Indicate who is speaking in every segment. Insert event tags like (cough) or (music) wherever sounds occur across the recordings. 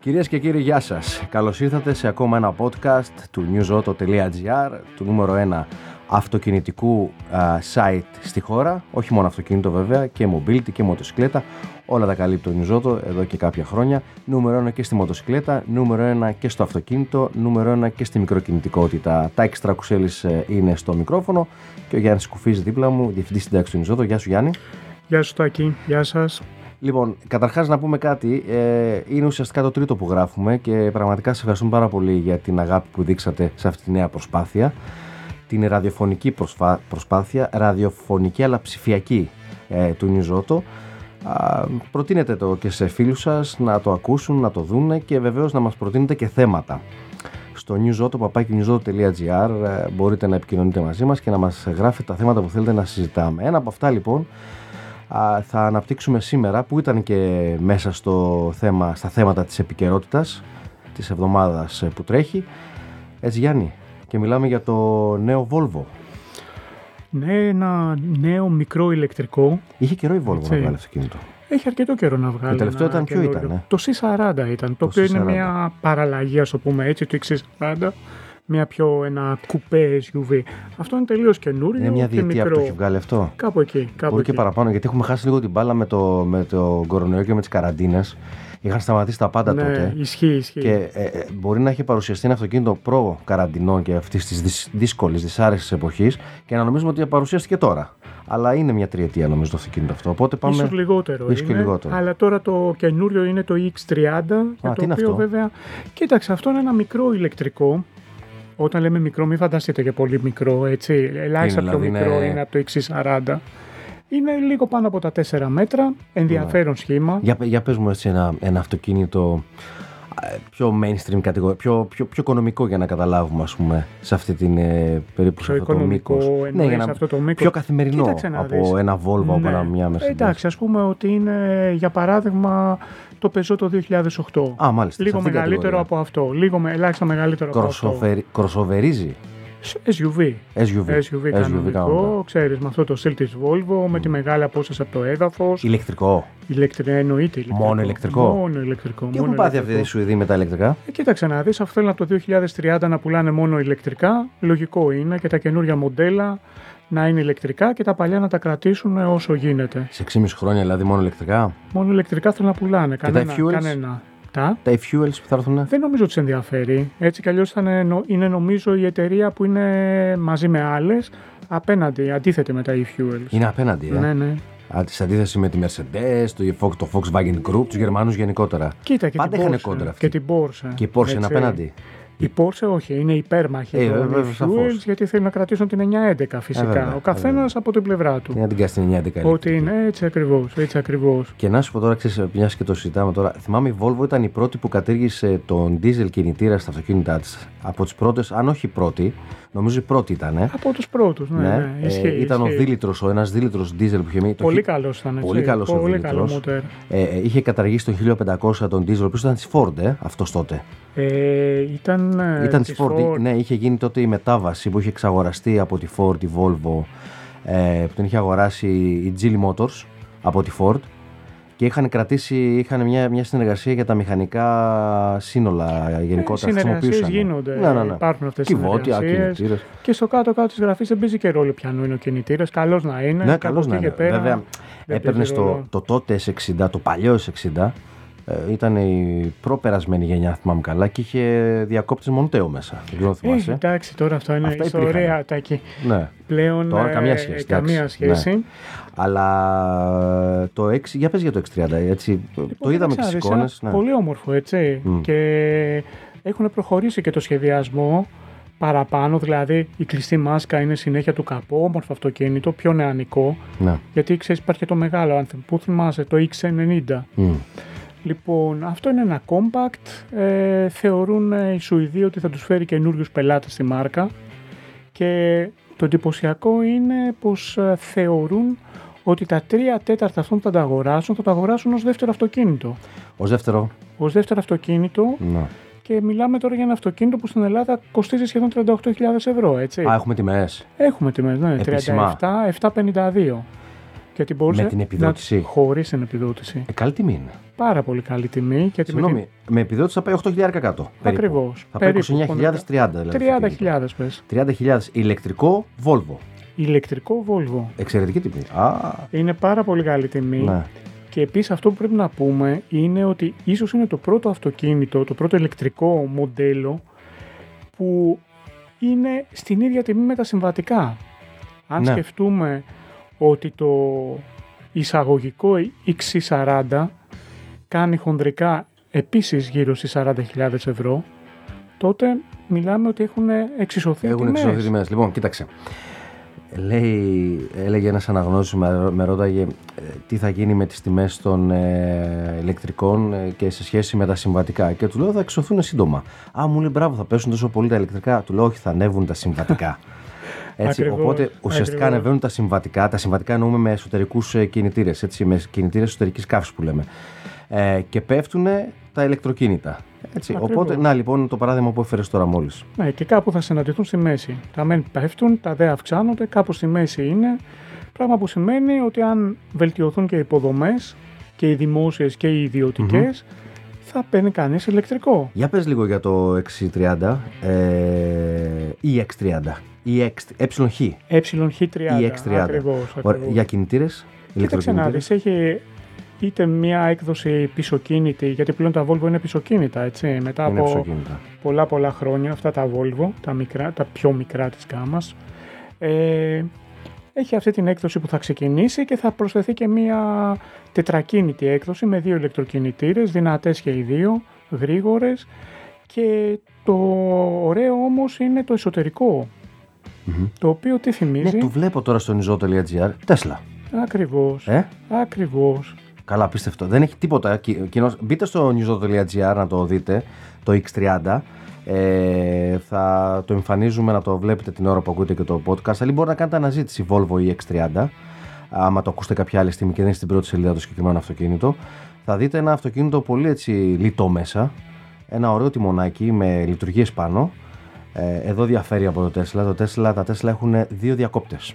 Speaker 1: Κυρίες και κύριοι, γεια σας. Καλώς ήρθατε σε ακόμα ένα podcast του newsoto.gr, του νούμερο 1 αυτοκινητικού α, site στη χώρα. Όχι μόνο αυτοκίνητο βέβαια, και mobility και μοτοσυκλέτα. Όλα τα καλύπτει το Newsoto εδώ και κάποια χρόνια. Νούμερο 1 και στη μοτοσυκλέτα, νούμερο 1 και στο αυτοκίνητο, νούμερο 1 και στη μικροκινητικότητα. Τα έξτρα κουσέλης ε, είναι στο μικρόφωνο και ο Γιάννης Κουφής δίπλα μου, διευθυντής συντάξης του Newsoto. Γεια σου Γιάννη.
Speaker 2: Γεια σου Τάκη, γεια σας.
Speaker 1: Λοιπόν, καταρχάς να πούμε κάτι. Ε, είναι ουσιαστικά το τρίτο που γράφουμε και πραγματικά σε ευχαριστούμε πάρα πολύ για την αγάπη που δείξατε σε αυτή τη νέα προσπάθεια. Την ραδιοφωνική προσφα... προσπάθεια, ραδιοφωνική αλλά ψηφιακή ε, του Νιζότο. Α, προτείνετε το και σε φίλους σας να το ακούσουν, να το δούνε και βεβαίως να μας προτείνετε και θέματα. Στο newsoto.gr ε, μπορείτε να επικοινωνείτε μαζί μας και να μας γράφετε τα θέματα που θέλετε να συζητάμε. Ένα από αυτά λοιπόν θα αναπτύξουμε σήμερα που ήταν και μέσα στο θέμα, στα θέματα της επικαιρότητας της εβδομάδας ε, που τρέχει. Έτσι Γιάννη, και μιλάμε για το νέο Volvo.
Speaker 2: Ναι, ένα νέο μικρό ηλεκτρικό.
Speaker 1: Είχε καιρό η Volvo
Speaker 2: Έτσι.
Speaker 1: να βγάλει αυτοκίνητο.
Speaker 2: Έχει αρκετό καιρό να βγάλει.
Speaker 1: Το τελευταίο
Speaker 2: ένα
Speaker 1: ήταν ποιο
Speaker 2: καινούριο.
Speaker 1: ήτανε?
Speaker 2: Το C40 ήταν, το,
Speaker 1: Το
Speaker 2: οποίο είναι
Speaker 1: C40.
Speaker 2: μια παραλλαγή, ας το πούμε έτσι, του X40. Μια πιο ένα κουπέ SUV. Αυτό είναι τελείως καινούριο.
Speaker 1: Είναι Ε, μια
Speaker 2: και
Speaker 1: διετία που το
Speaker 2: μικρό.
Speaker 1: έχει βγάλει αυτό.
Speaker 2: Κάπου εκεί. Κάπου
Speaker 1: Μπορεί και
Speaker 2: εκεί.
Speaker 1: παραπάνω γιατί έχουμε χάσει λίγο την μπάλα με το, με το κορονοϊό και με τις καραντίνες. Είχαν σταματήσει τα πάντα
Speaker 2: ναι,
Speaker 1: τότε.
Speaker 2: ισχύει, ισχύει.
Speaker 1: Και ε, ε, μπορεί να έχει παρουσιαστεί ένα αυτοκίνητο προ καραντινών και αυτής της δύσκολης, δυσάρεστης εποχής και να νομίζουμε ότι παρουσιάστηκε τώρα. Αλλά είναι μια τριετία νομίζω το αυτοκίνητο αυτό. Οπότε πάμε.
Speaker 2: Ίσως λιγότερο
Speaker 1: Ίσως και
Speaker 2: είναι,
Speaker 1: λιγότερο.
Speaker 2: αλλά τώρα το καινούριο είναι το X30, για το
Speaker 1: τι είναι
Speaker 2: οποίο
Speaker 1: αυτό?
Speaker 2: βέβαια, κοίταξε, αυτό είναι ένα μικρό ηλεκτρικό, όταν λέμε μικρό μην φανταστείτε και πολύ μικρό, έτσι, ελάχιστα
Speaker 1: Είναι,
Speaker 2: πιο
Speaker 1: δηλαδή,
Speaker 2: μικρό
Speaker 1: είναι-
Speaker 2: είναι από το X40. Είναι λίγο πάνω από τα 4 μέτρα, ενδιαφέρον σχήμα.
Speaker 1: Ναι. Για, για πες μου έτσι ένα, ένα αυτοκίνητο α, πιο mainstream κατηγορία, πιο, πιο, πιο οικονομικό για να καταλάβουμε ας πούμε σε αυτή την ε, περίπτωση
Speaker 2: Πιο
Speaker 1: αυτό το
Speaker 2: οικονομικό
Speaker 1: μήκος. Ναι,
Speaker 2: εννοείς
Speaker 1: για
Speaker 2: αυτό το μήκος.
Speaker 1: Πιο καθημερινό
Speaker 2: Κοίταξε να
Speaker 1: από
Speaker 2: δεις.
Speaker 1: ένα Volvo, από
Speaker 2: Ναι.
Speaker 1: ένα, μια Mercedes.
Speaker 2: Εντάξει, ας πούμε ότι είναι για παράδειγμα το Peugeot το 2008.
Speaker 1: Α, μάλιστα. σε
Speaker 2: λίγο
Speaker 1: αυτήν την
Speaker 2: μεγαλύτερο
Speaker 1: κατηγορία.
Speaker 2: από αυτό, λίγο με, ελάχιστα μεγαλύτερο από αυτό.
Speaker 1: Κροσοβερι- Κροσοβερίζει
Speaker 2: SUV.
Speaker 1: SUV.
Speaker 2: SUV, κανονικό, ξέρεις, με αυτό το στυλ της Volvo, με τη μεγάλη απόσταση από το έδαφος,
Speaker 1: Ηλεκτρικό.
Speaker 2: ηλεκτρικό, εννοείται ηλεκτρικό.
Speaker 1: Μόνο ηλεκτρικό.
Speaker 2: Μόνο ηλεκτρικό.
Speaker 1: Τι
Speaker 2: μόνο
Speaker 1: έχουν πάθει αυτοί
Speaker 2: ηλεκτρικό.
Speaker 1: οι Σουηδοί με τα ηλεκτρικά.
Speaker 2: Ε, κοίταξε να δεις, αυτό θέλουν από το 2030 να πουλάνε μόνο ηλεκτρικά, λογικό είναι και τα καινούργια μοντέλα να είναι ηλεκτρικά και τα παλιά να τα κρατήσουν όσο γίνεται.
Speaker 1: Σε 6,5 χρόνια δηλαδή μόνο ηλεκτρικά.
Speaker 2: Μόνο ηλεκτρικά θέλουν να πουλάνε,
Speaker 1: τα
Speaker 2: κανένα,
Speaker 1: fuels?
Speaker 2: κανένα. Τα.
Speaker 1: Τα e-fuels που θα έρθουν. ε,
Speaker 2: Δεν νομίζω ότι σε ενδιαφέρει. Έτσι κι αλλιώς είναι νομίζω η εταιρεία που είναι μαζί με άλλες απέναντι, αντίθετη με τα e-fuels.
Speaker 1: Είναι απέναντι, ε.
Speaker 2: Ναι, ναι.
Speaker 1: Α, σε αντίθεσης με τη Mercedes, το, Fo- το Volkswagen Group, τους Γερμανούς γενικότερα.
Speaker 2: Κοίτα, και
Speaker 1: Πάντα
Speaker 2: την
Speaker 1: είχανε
Speaker 2: Porsche, ε,
Speaker 1: κόντρα αυτοί.
Speaker 2: Και την Porsche.
Speaker 1: Και η Porsche είναι
Speaker 2: Έτσι.
Speaker 1: απέναντι.
Speaker 2: Η Porsche όχι, είναι υπέρμαχη.
Speaker 1: Ε,
Speaker 2: των
Speaker 1: βέβαια,
Speaker 2: fuels,
Speaker 1: σαφώς.
Speaker 2: γιατί θέλουν να κρατήσουν την 911 φυσικά.
Speaker 1: Ε, βέβαια,
Speaker 2: Ο καθένας από την πλευρά του.
Speaker 1: Τι να την κάνει την 9 δεκαετία.
Speaker 2: Ότι είναι έτσι ακριβώς. Έτσι ακριβώς.
Speaker 1: Και να σου πω τώρα, ξέρεις, μιας και το συζητάμε τώρα. Θυμάμαι η Volvo ήταν η πρώτη που κατήργησε τον diesel κινητήρα στα αυτοκίνητά της. Από τις πρώτες, αν όχι η πρώτη, νομίζω η πρώτη ήταν. Ε.
Speaker 2: Από τους πρώτους. Ναι, ναι,
Speaker 1: Ε,
Speaker 2: ισχύει,
Speaker 1: ήταν ο
Speaker 2: ισχύει.
Speaker 1: δίλητρος, ο ένας δίλητρος diesel που είχε μείνει. Το
Speaker 2: Πολύ
Speaker 1: χι-
Speaker 2: καλός ήταν. Έτσι.
Speaker 1: Πολύ καλός ο
Speaker 2: Ναι, Πολύ
Speaker 1: Δήμητρος.
Speaker 2: καλό μοτέρ.
Speaker 1: Ε, ε, είχε καταργήσει το 1500 τον diesel, ο οποίος ήταν της Ford, ε, αυτός τότε.
Speaker 2: Ε, ήταν ε,
Speaker 1: Ήταν της
Speaker 2: της
Speaker 1: Ford, ναι, είχε γίνει τότε η μετάβαση που είχε εξαγοραστεί από τη Ford, τη Volvo, ε, που την είχε αγοράσει η Geely Motors από τη Ford και είχαν κρατήσει, είχαν μια, μια συνεργασία για τα μηχανικά σύνολα γενικότερα.
Speaker 2: Ε, συνεργασίες
Speaker 1: χρησιμοποιούσαν.
Speaker 2: γίνονται.
Speaker 1: Ναι, ναι, ναι.
Speaker 2: Υπάρχουν αυτές οι
Speaker 1: Κυβότια,
Speaker 2: συνεργασίες.
Speaker 1: κινητήρες.
Speaker 2: Και στο κάτω-κάτω της γραφής δεν παίζει και ρόλο πιανού είναι ο κινητήρας. Καλός να είναι.
Speaker 1: Ναι,
Speaker 2: κάπου
Speaker 1: καλώ
Speaker 2: εκεί
Speaker 1: να
Speaker 2: και
Speaker 1: είναι.
Speaker 2: πέρα
Speaker 1: Βέβαια,
Speaker 2: δεν παίζει
Speaker 1: έπαιρνε το,
Speaker 2: ρόλο.
Speaker 1: το τότε S60, το παλιό S60. Ε, ήταν η προπερασμένη γενιά, αν θυμάμαι καλά, και είχε διακόπτης Μοντέο μέσα. Δεν ξέρω αν
Speaker 2: Ε,
Speaker 1: θυμάσαι.
Speaker 2: εντάξει, τώρα αυτό είναι
Speaker 1: Αυτά υπήρχαν.
Speaker 2: ιστορία. Τάκη.
Speaker 1: ναι.
Speaker 2: Πλέον
Speaker 1: Τώρα
Speaker 2: ε,
Speaker 1: καμία σχέση,
Speaker 2: καμία
Speaker 1: εντάξει. Ναι.
Speaker 2: σχέση.
Speaker 1: Αλλά το 6, για πες για το 630, έτσι, το
Speaker 2: Λοιπόν,
Speaker 1: είδαμε και
Speaker 2: κοίταξε
Speaker 1: στις
Speaker 2: να δεις, ένα
Speaker 1: εικόνες. Ναι.
Speaker 2: Πολύ όμορφο, έτσι. Και έχουν προχωρήσει και το σχεδιασμό παραπάνω, δηλαδή η κλειστή μάσκα είναι συνέχεια του καπού, όμορφο αυτοκίνητο, πιο νεανικό.
Speaker 1: Ναι.
Speaker 2: Γιατί ξέρεις, υπάρχει και το μεγάλο άνθιμο που θυμάσαι, το X90.
Speaker 1: Μμ.
Speaker 2: Λοιπόν, αυτό είναι ένα compact. Ε, θεωρούν ε, οι Σουηδοί ότι θα τους φέρει καινούριους πελάτες στη μάρκα και το εντυπωσιακό είναι πως ε, θεωρούν ότι τα τρία τέταρτα αυτών που θα τα αγοράσουν θα τα αγοράσουν ως δεύτερο αυτοκίνητο.
Speaker 1: Ως δεύτερο,
Speaker 2: Ως δεύτερο αυτοκίνητο
Speaker 1: ναι.
Speaker 2: και μιλάμε τώρα για ένα αυτοκίνητο που στην Ελλάδα κοστίζει σχεδόν 38.000 ευρώ, έτσι.
Speaker 1: Α, έχουμε τιμές.
Speaker 2: Έχουμε τιμές, ναι,
Speaker 1: Επίσημα.
Speaker 2: 37, 7,52. Γιατί μπορούσε
Speaker 1: Με την επιδότηση.
Speaker 2: Να... Χωρίς την επιδότηση.
Speaker 1: Ε, καλή τιμή είναι.
Speaker 2: Πάρα πολύ καλή τιμή. Γιατί με
Speaker 1: Συγγνώμη, με επιδότηση θα πάει 8.000 κάτω. περίπου.
Speaker 2: Ακριβώς.
Speaker 1: Θα πάει
Speaker 2: Περίπου,
Speaker 1: 29.000-30 δηλαδή.
Speaker 2: την- 30.000 πες.
Speaker 1: 30.000 ηλεκτρικό Volvo.
Speaker 2: Ηλεκτρικό Volvo.
Speaker 1: Εξαιρετική τιμή. Α,
Speaker 2: Είναι πάρα πολύ καλή τιμή.
Speaker 1: ναι.
Speaker 2: Και επίσης αυτό που πρέπει να πούμε είναι ότι ίσως είναι το πρώτο αυτοκίνητο, το πρώτο ηλεκτρικό μοντέλο που είναι στην ίδια τιμή με τα συμβατικά. Αν
Speaker 1: Ναι.
Speaker 2: σκεφτούμε ότι το εισαγωγικό XC40 κάνει χονδρικά επίσης γύρω στις 40.000 ευρώ, τότε μιλάμε ότι έχουν εξισωθεί οι
Speaker 1: Έχουν
Speaker 2: τιμές.
Speaker 1: εξωθεί τιμές. Λοιπόν, κοίταξε. Λέει, έλεγε ένας αναγνώστης με, ρω- με ρώταγε ε, τι θα γίνει με τις τιμές των ε, ηλεκτρικών ε, και σε σχέση με τα συμβατικά και του λέω θα εξωθούν σύντομα. Α, μου λέει μπράβο θα πέσουν τόσο πολύ τα ηλεκτρικά. Του λέω όχι θα ανέβουν τα
Speaker 2: (laughs)
Speaker 1: συμβατικά. Έτσι,
Speaker 2: Ακριβώς,
Speaker 1: οπότε ουσιαστικά
Speaker 2: ακριβώς.
Speaker 1: ανεβαίνουν τα συμβατικά. Τα συμβατικά εννοούμε με εσωτερικούς κινητήρες, έτσι, με κινητήρες εσωτερικής καύσης που λέμε. Ε, και πέφτουν τα ηλεκτροκίνητα. Έτσι.
Speaker 2: Ακριβώς.
Speaker 1: Οπότε, να λοιπόν το παράδειγμα που έφερες τώρα μόλις.
Speaker 2: Ναι, και κάπου θα συναντηθούν στη μέση. Τα μεν πέφτουν, τα δε αυξάνονται, κάπου στη μέση είναι. Πράγμα που σημαίνει ότι αν βελτιωθούν και οι υποδομές, και οι δημόσιες και οι ιδιωτικες θα παίρνει κανείς ηλεκτρικό.
Speaker 1: Για πες λίγο για το 630 ε, ή X30 ή X, εψιλον-χ.
Speaker 2: ΕΧ30.
Speaker 1: Ή X30.
Speaker 2: Ε Ακριβώς,
Speaker 1: Ωραία,
Speaker 2: ακριβώς.
Speaker 1: Για κινητήρες,
Speaker 2: Κοίταξε να
Speaker 1: ηλεκτροκινητήρες.
Speaker 2: δεις, έχει είτε μία έκδοση πισωκίνητη, γιατί πλέον τα Volvo είναι πισωκίνητα, έτσι, μετά
Speaker 1: Είναι
Speaker 2: από
Speaker 1: ψωκίνητα.
Speaker 2: πολλά πολλά χρόνια, αυτά τα Volvo, τα, μικρά, τα πιο μικρά της γάμας, ε, έχει αυτή την έκδοση που θα ξεκινήσει και θα προσθεθεί και μία τετρακίνητη έκδοση με δύο ηλεκτροκινητήρες, δυνατές και οι δύο, γρήγορες και το ωραίο όμως είναι το εσωτερικο
Speaker 1: Μμμ.
Speaker 2: το οποίο τι θυμίζει,
Speaker 1: Ναι, το βλέπω τώρα στο nizo.gr. Τέσλα.
Speaker 2: ακριβώς,
Speaker 1: Ε?
Speaker 2: ακριβώς,
Speaker 1: Καλά, πίστευτο. Δεν έχει τίποτα. Κι- Κοινώς, μπείτε στο nizo.gr να το δείτε, το X30. Ε, θα το εμφανίζουμε να το βλέπετε την ώρα που ακούτε και το podcast. Αλλά μπορείτε να κάνετε αναζήτηση Volvo ή X30. Άμα το ακούσετε κάποια άλλη στιγμή και δεν είναι στην πρώτη σελίδα το συγκεκριμένο αυτοκίνητο, θα δείτε ένα αυτοκίνητο πολύ έτσι λιτό μέσα. Ένα ωραίο τιμονάκι με λειτουργίες πάνω. Ε, εδώ διαφέρει από το Tesla. Το Tesla τα Tesla έχουν δύο διακόπτες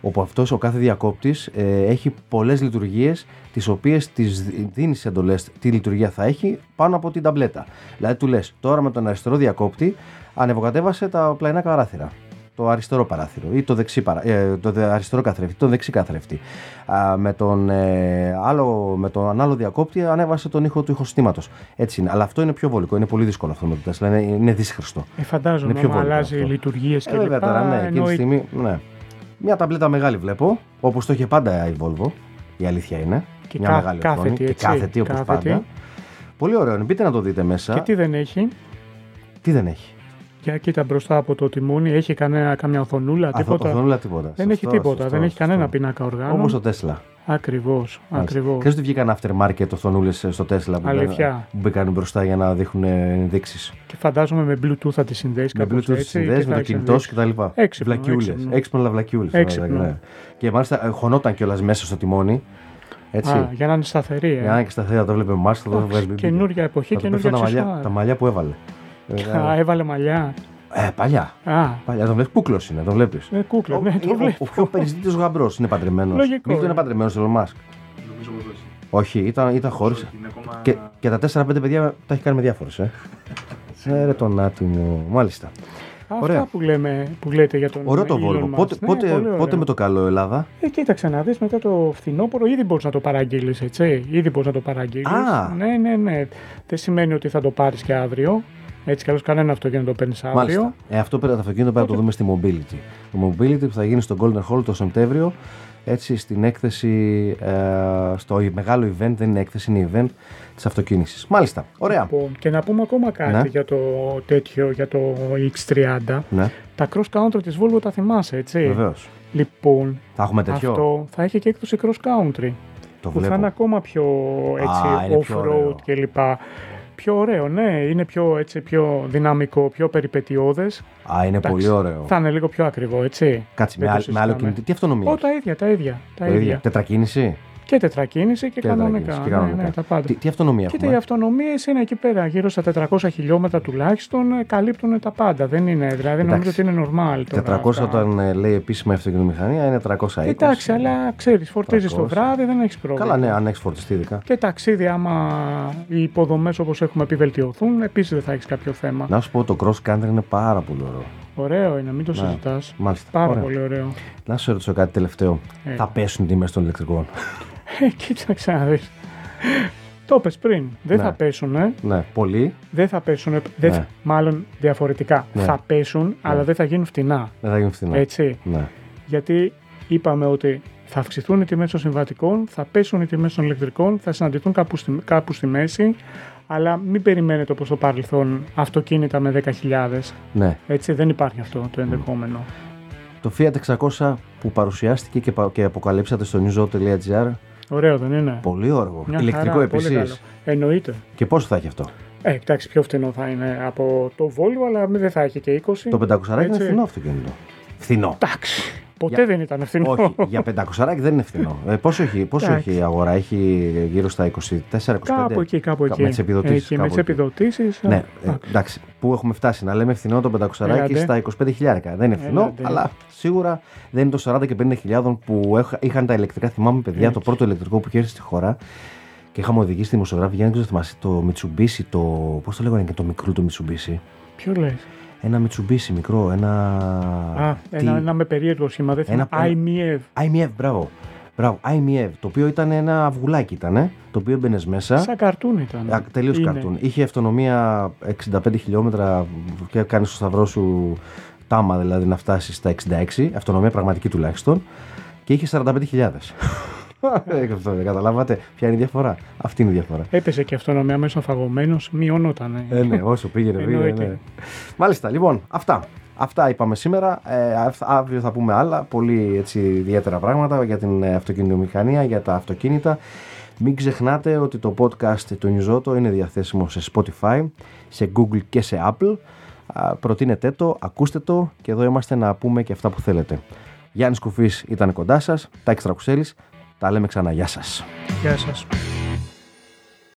Speaker 1: όπου αυτός ο κάθε διακόπτης ε, έχει πολλές λειτουργίες τις οποίες τις δι- δίνεις εντολές τι λειτουργία θα έχει πάνω από την ταμπλέτα. Δηλαδή του λες τώρα με τον αριστερό διακόπτη ανεβοκατέβασε τα πλαϊνά παράθυρα. Το αριστερό παράθυρο ή το, δεξί παρα... ε, το δε- αριστερό καθρέφτη, το δεξί καθρέφτη. Α, με, τον, ε, άλλο, με τον άλλο διακόπτη ανέβασε τον ήχο του ηχοστήματος. Έτσι είναι. Αλλά αυτό είναι πιο βολικό. Είναι πολύ δύσκολο αυτό με το Tesla. Είναι, είναι δύσχριστο.
Speaker 2: ε, φαντάζομαι,
Speaker 1: Είναι πιο
Speaker 2: άμα
Speaker 1: βολικό
Speaker 2: αλλάζει
Speaker 1: αυτό.
Speaker 2: λειτουργίες
Speaker 1: Ε,
Speaker 2: και
Speaker 1: βέβαια
Speaker 2: λοιπά,
Speaker 1: τώρα, ναι, εκείνη τη
Speaker 2: εννοεί-
Speaker 1: στιγμή. Ναι. Μια ταμπλέτα μεγάλη βλέπω, όπως το είχε πάντα η Volvo. Η αλήθεια είναι.
Speaker 2: Και
Speaker 1: μια
Speaker 2: κα-
Speaker 1: μεγάλη οθόνη
Speaker 2: κάθετη,
Speaker 1: και
Speaker 2: έτσι,
Speaker 1: κάθετη όπως
Speaker 2: κάθετη.
Speaker 1: πάντα. Πολύ ωραίο είναι. Μπείτε να το δείτε μέσα.
Speaker 2: και τι δεν έχει,
Speaker 1: Τι δεν έχει.
Speaker 2: Για κοίτα μπροστά από το τιμόνι, έχει κανένα, καμιά οθονούλα,
Speaker 1: Αθο-
Speaker 2: τίποτα.
Speaker 1: οθονούλα, τίποτα.
Speaker 2: δεν έχει τίποτα, δεν έχει κανένα πίνακα οργάνων.
Speaker 1: Όπως το Tesla.
Speaker 2: Ακριβώ, ακριβώς.
Speaker 1: Ξέρεις ότι βγήκαν aftermarket οθονούλες στο Tesla που,
Speaker 2: Αλήθεια.
Speaker 1: μπαίναν- που μπήκαν μπροστά για να δείχνουν ενδείξεις.
Speaker 2: Και φαντάζομαι με Bluetooth θα τη συνδέεις
Speaker 1: Με
Speaker 2: κάπως
Speaker 1: Bluetooth
Speaker 2: έτσι,
Speaker 1: συνδέσεις,
Speaker 2: και
Speaker 1: με
Speaker 2: θα
Speaker 1: το κινητό σου
Speaker 2: εξελίξει.
Speaker 1: κτλ.
Speaker 2: Έξυπνο,
Speaker 1: Βλακιούλες.
Speaker 2: έξυπνο.
Speaker 1: Έξυπνα βλακιούλε.
Speaker 2: Έξυπνο.
Speaker 1: Και μάλιστα ε, χωνόταν κιόλας μέσα στο τιμόνι. Έτσι.
Speaker 2: Α, για να είναι σταθερή. ε.
Speaker 1: Για να και στα θέα, το βλέπε ο Μάρς, θα το βγάζει μπιμπί.
Speaker 2: Καινούρια εποχή,
Speaker 1: Θα του πέφτουν
Speaker 2: καινούρια
Speaker 1: τα μαλλιά,
Speaker 2: ξεσπά.
Speaker 1: τα μαλλιά που έβαλε.
Speaker 2: Α, έβαλε μαλλιά.
Speaker 1: Ε, παλιά.
Speaker 2: Α,
Speaker 1: Παλιά, τον βλέπεις κούκλος είναι, τον βλέπεις.
Speaker 2: ε, κούκλα, ναι,
Speaker 1: Ο-
Speaker 2: το
Speaker 1: ο-
Speaker 2: βλέπω.
Speaker 1: Ο πιο περιστήτης γαμπρός είναι παντρεμένος.
Speaker 2: Λογικό,
Speaker 1: Μήπως
Speaker 2: ε.
Speaker 1: είναι παντρεμένος ο Elon Musk.
Speaker 3: Νομίζω πως όχι.
Speaker 1: Όχι, ήταν, ήταν χώρισε.
Speaker 3: Είναι ακόμα...
Speaker 1: Και, και τα 4-5 παιδιά τα έχει κάνει με διάφορες,
Speaker 2: (laughs)
Speaker 1: ε. Ε, ρε τον άτιμο. Μάλιστα. ωραία.
Speaker 2: Αυτά που, λέμε, που λέτε για τον
Speaker 1: Ωραίο το
Speaker 2: Ε, Elon
Speaker 1: Volvo.
Speaker 2: Musk.
Speaker 1: Πότε,
Speaker 2: Ναι,
Speaker 1: πότε,
Speaker 2: πολύ ωραίο.
Speaker 1: πότε με το καλό Ελλάδα.
Speaker 2: Ε, κοίταξε να δεις μετά το φθινόπωρο, ήδη μπορείς να το παραγγείλεις, έτσι. Ήδη μπορείς να το παραγγείλεις.
Speaker 1: Α.
Speaker 2: Ναι, ναι, ναι. Δεν σημαίνει ότι θα το πάρεις και αύριο. Έτσι καλώς κανένα αυτοκίνητο το παίρνεις αύριο.
Speaker 1: Μάλιστα. Ε, αυτό πέρα το αυτοκίνητο πρέπει να το δούμε στη Mobility. Το Mobility που θα γίνει στο Golden Hall το Σεπτέμβριο, έτσι στην έκθεση, ε, στο μεγάλο event, δεν είναι έκθεση, είναι event της αυτοκίνησης. Μάλιστα. Ωραία.
Speaker 2: Λοιπόν, και να πούμε ακόμα κάτι
Speaker 1: Ναι.
Speaker 2: για το τέτοιο, για το X30.
Speaker 1: Ναι,
Speaker 2: Τα cross country της Volvo τα θυμάσαι, έτσι.
Speaker 1: βεβαίως.
Speaker 2: Λοιπόν,
Speaker 1: Θα έχουμε τέτοιο.
Speaker 2: ε, αυτό θα έχει και έκδοση cross country.
Speaker 1: το
Speaker 2: Που θα
Speaker 1: βλέπω.
Speaker 2: είναι ακόμα πιο έτσι,
Speaker 1: Α, είναι πιο
Speaker 2: off-road
Speaker 1: ωραίο.
Speaker 2: κλπ. Πιο ωραίο, ναι. Είναι πιο, έτσι, πιο δυναμικό, πιο περιπετειώδες.
Speaker 1: Α, είναι
Speaker 2: Εντάξει,
Speaker 1: πολύ ωραίο.
Speaker 2: Θα είναι λίγο πιο ακριβό, έτσι.
Speaker 1: Κάτσε με,
Speaker 2: Δεν το
Speaker 1: άλλ- με άλλο
Speaker 2: συζητάμε.
Speaker 1: κινητή. Τι αυτονομία.
Speaker 2: Ω,
Speaker 1: έχει?
Speaker 2: τα ίδια, τα ίδια. Τα
Speaker 1: Το ίδιο.
Speaker 2: ίδια.
Speaker 1: Τετρακίνηση.
Speaker 2: Και τετρακίνηση και,
Speaker 1: Και
Speaker 2: κανονικά.
Speaker 1: τετρακίνηση και
Speaker 2: ναι,
Speaker 1: κανονικά.
Speaker 2: ναι, τα πάντα.
Speaker 1: Τι, τι αυτονομία
Speaker 2: Κοίτα, οι
Speaker 1: έχουμε.
Speaker 2: αυτονομίε είναι εκεί πέρα, γύρω στα 400 χιλιόμετρα τουλάχιστον, ε, καλύπτουν τα πάντα. Δεν είναι, δηλαδή, νομίζω ότι είναι normal
Speaker 1: ε?
Speaker 2: τώρα.
Speaker 1: 400 όταν ε, λέει επίσημα η αυτοκινητομηχανία είναι 320.
Speaker 2: Εντάξει, αλλά ξέρεις, φορτίζεις το
Speaker 1: 300.
Speaker 2: βράδυ, δεν έχεις πρόβλημα.
Speaker 1: Καλά, ναι, αν έχεις φορτιστεί ειδικά.
Speaker 2: Και ταξίδι, άμα οι υποδομές όπως έχουμε πει βελτιωθούν, επίσης δεν θα έχεις κάποιο θέμα.
Speaker 1: Να σου πω το cross country είναι πάρα πολύ ωραίο. Ε,
Speaker 2: Ωραίο είναι, μην το συζητάς.
Speaker 1: Μάλιστα.
Speaker 2: Πάρα
Speaker 1: Ωραία.
Speaker 2: πολύ ωραίο.
Speaker 1: Να σου ρωτήσω κάτι τελευταίο.
Speaker 2: Ε.
Speaker 1: Θα πέσουν οι τιμές των
Speaker 2: (laughs)
Speaker 1: ηλεκτρικών.
Speaker 2: Ε, Κοίταξε να δει. Το πες πριν. Δεν
Speaker 1: Ναι.
Speaker 2: θα πέσουνε.
Speaker 1: ναι, πολύ.
Speaker 2: Δεν θα πέσουνε. Δεν
Speaker 1: Ναι.
Speaker 2: θα- μάλλον διαφορετικά.
Speaker 1: Ναι.
Speaker 2: Θα πέσουν, αλλά δεν θα γίνουν φτηνά.
Speaker 1: Δεν θα γίνουν φθηνά.
Speaker 2: Έτσι.
Speaker 1: Ναι.
Speaker 2: Γιατί είπαμε ότι θα αυξηθούν οι τιμές των συμβατικών, θα πέσουν οι τιμές των ηλεκτρικών, θα συναντηθούν κάπου στη, κάπου στη μέση, αλλά μην περιμένετε όπως το παρελθόν αυτοκίνητα με 10.000.
Speaker 1: ναι.
Speaker 2: Έτσι δεν υπάρχει αυτό το ενδεχόμενο.
Speaker 1: Το Fiat 600 που παρουσιάστηκε και, πα- και αποκαλύψατε στο newsroom.gr.
Speaker 2: Ωραίο δεν είναι.
Speaker 1: Πολύ ωραίο.
Speaker 2: Μια
Speaker 1: Ηλεκτρικό
Speaker 2: χαρά, πολύ
Speaker 1: επίσης.
Speaker 2: καλό. Εννοείται.
Speaker 1: Και πόσο θα έχει αυτό.
Speaker 2: Ε, εντάξει, πιο φθηνό θα είναι από το Volvo, αλλά μη- δεν θα έχει και 20.
Speaker 1: Το 500 είναι
Speaker 2: Έτσι.
Speaker 1: φθηνό αυτοκίνητο. Φθηνό.
Speaker 2: Εντάξει. Ποτέ
Speaker 1: Για-
Speaker 2: δεν ήταν φθηνό. (laughs)
Speaker 1: Όχι, για 500 δεν είναι φθηνό. Ε, πόσο έχει, πόσο
Speaker 2: Εντάξει.
Speaker 1: έχει η αγορά, έχει γύρω στα 24-25.
Speaker 2: Κάπου εκεί, κάπου εκεί.
Speaker 1: Με τις επιδοτήσεις.
Speaker 2: Εκεί, με τις επιδοτήσεις, ε,
Speaker 1: Ναι, ε,
Speaker 2: εντάξει.
Speaker 1: εντάξει. Πού έχουμε φτάσει να λέμε φθηνό το 500
Speaker 2: Έλατε.
Speaker 1: στα 25 χιλιάρικα. Δεν είναι φθηνό,
Speaker 2: Έλατε.
Speaker 1: αλλά σίγουρα δεν είναι το 40 και 50 χιλιάδων που έχα- είχαν τα ηλεκτρικά. Θυμάμαι, παιδιά, το πρώτο ηλεκτρικό που είχε έρθει στη χώρα και είχαμε οδηγήσει τη δημοσιογράφη Γιάννη, ξέρω θυμάσαι, το Mitsubishi, το. Πώς το λέγανε και το μικρό το Mitsubishi.
Speaker 2: Ποιο λες.
Speaker 1: Ένα Mitsubishi μικρό, ένα.
Speaker 2: Α, ένα, ένα με περίεργο σχήμα. Δεν
Speaker 1: Ένα
Speaker 2: θυμάμαι. IMEV.
Speaker 1: IMF, μπράβο. Μπράβο, IMF, το οποίο ήταν ένα αυγουλάκι ήταν, το οποίο μπαινε μέσα.
Speaker 2: Σαν καρτούν ήταν.
Speaker 1: Α, Τελείως
Speaker 2: Είναι.
Speaker 1: καρτούν. Είχε αυτονομία 65 χιλιόμετρα και κάνεις το σταυρό σου τάμα δηλαδή να φτάσεις στα 66, αυτονομία πραγματική τουλάχιστον. Και είχε 45.000. Ε, Αυτό δεν καταλάβατε. Ποια είναι η διαφορά. Αυτή είναι η διαφορά.
Speaker 2: Έπεσε και αυτονομία μέσα φαγωμένο, μειωνόταν.
Speaker 1: Ε, ναι, όσο πήγαινε, πήγαινε.
Speaker 2: Εννοείται.
Speaker 1: ναι. Μάλιστα, λοιπόν, αυτά. Αυτά είπαμε σήμερα. Ε, αυ- αύριο θα πούμε άλλα πολύ έτσι, ιδιαίτερα πράγματα για την ε, αυτοκινητομηχανία, για τα αυτοκίνητα. Μην ξεχνάτε ότι το podcast του Νιζότο είναι διαθέσιμο σε Spotify, σε Google και σε Apple. Α, Προτείνετε το, ακούστε το και εδώ είμαστε να πούμε και αυτά που θέλετε. Γιάννης Κουφής ήταν κοντά σας, Τάκης Τρακουσέλης. Τα λέμε ξανά. Γεια σας.
Speaker 2: Γεια σας.